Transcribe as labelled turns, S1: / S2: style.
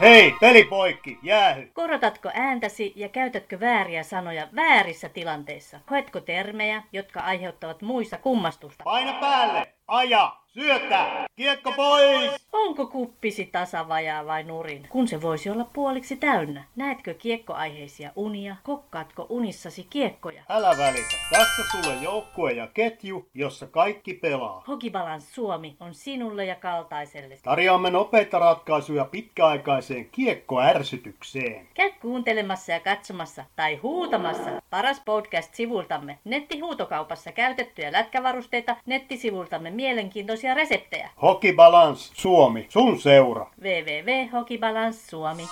S1: Hei, peli poikki, jäähy.
S2: Korotatko ääntäsi ja käytätkö vääriä sanoja väärissä tilanteissa? Koetko termejä, jotka aiheuttavat muissa kummastusta?
S1: Paina päälle, aja, syötä, kiekko pois.
S2: Onko kuppisi tasavajaa vai nurin, kun se voisi olla puoliksi täynnä? Näetkö kiekkoaiheisia unia? Kokkaatko unissasi kiekkoja?
S1: Älä välitä, tässä sulle joukkue ja ketju, jossa kaikki pelaa.
S2: Hokibalans Suomi on sinulle ja kaltaiselle.
S1: Tarjoamme nopeita ratkaisuja pitkäaikaiseen kiekkoärsytykseen.
S2: Käy kuuntelemassa ja katsomassa tai huutamassa paras podcast-sivultamme. Nettihuutokaupassa käytettyjä lätkävarusteita, nettisivultamme mielenkiintoisia reseptejä.
S1: Hokibalans Suomi, sun seura.
S2: www.hokibalans Suomi.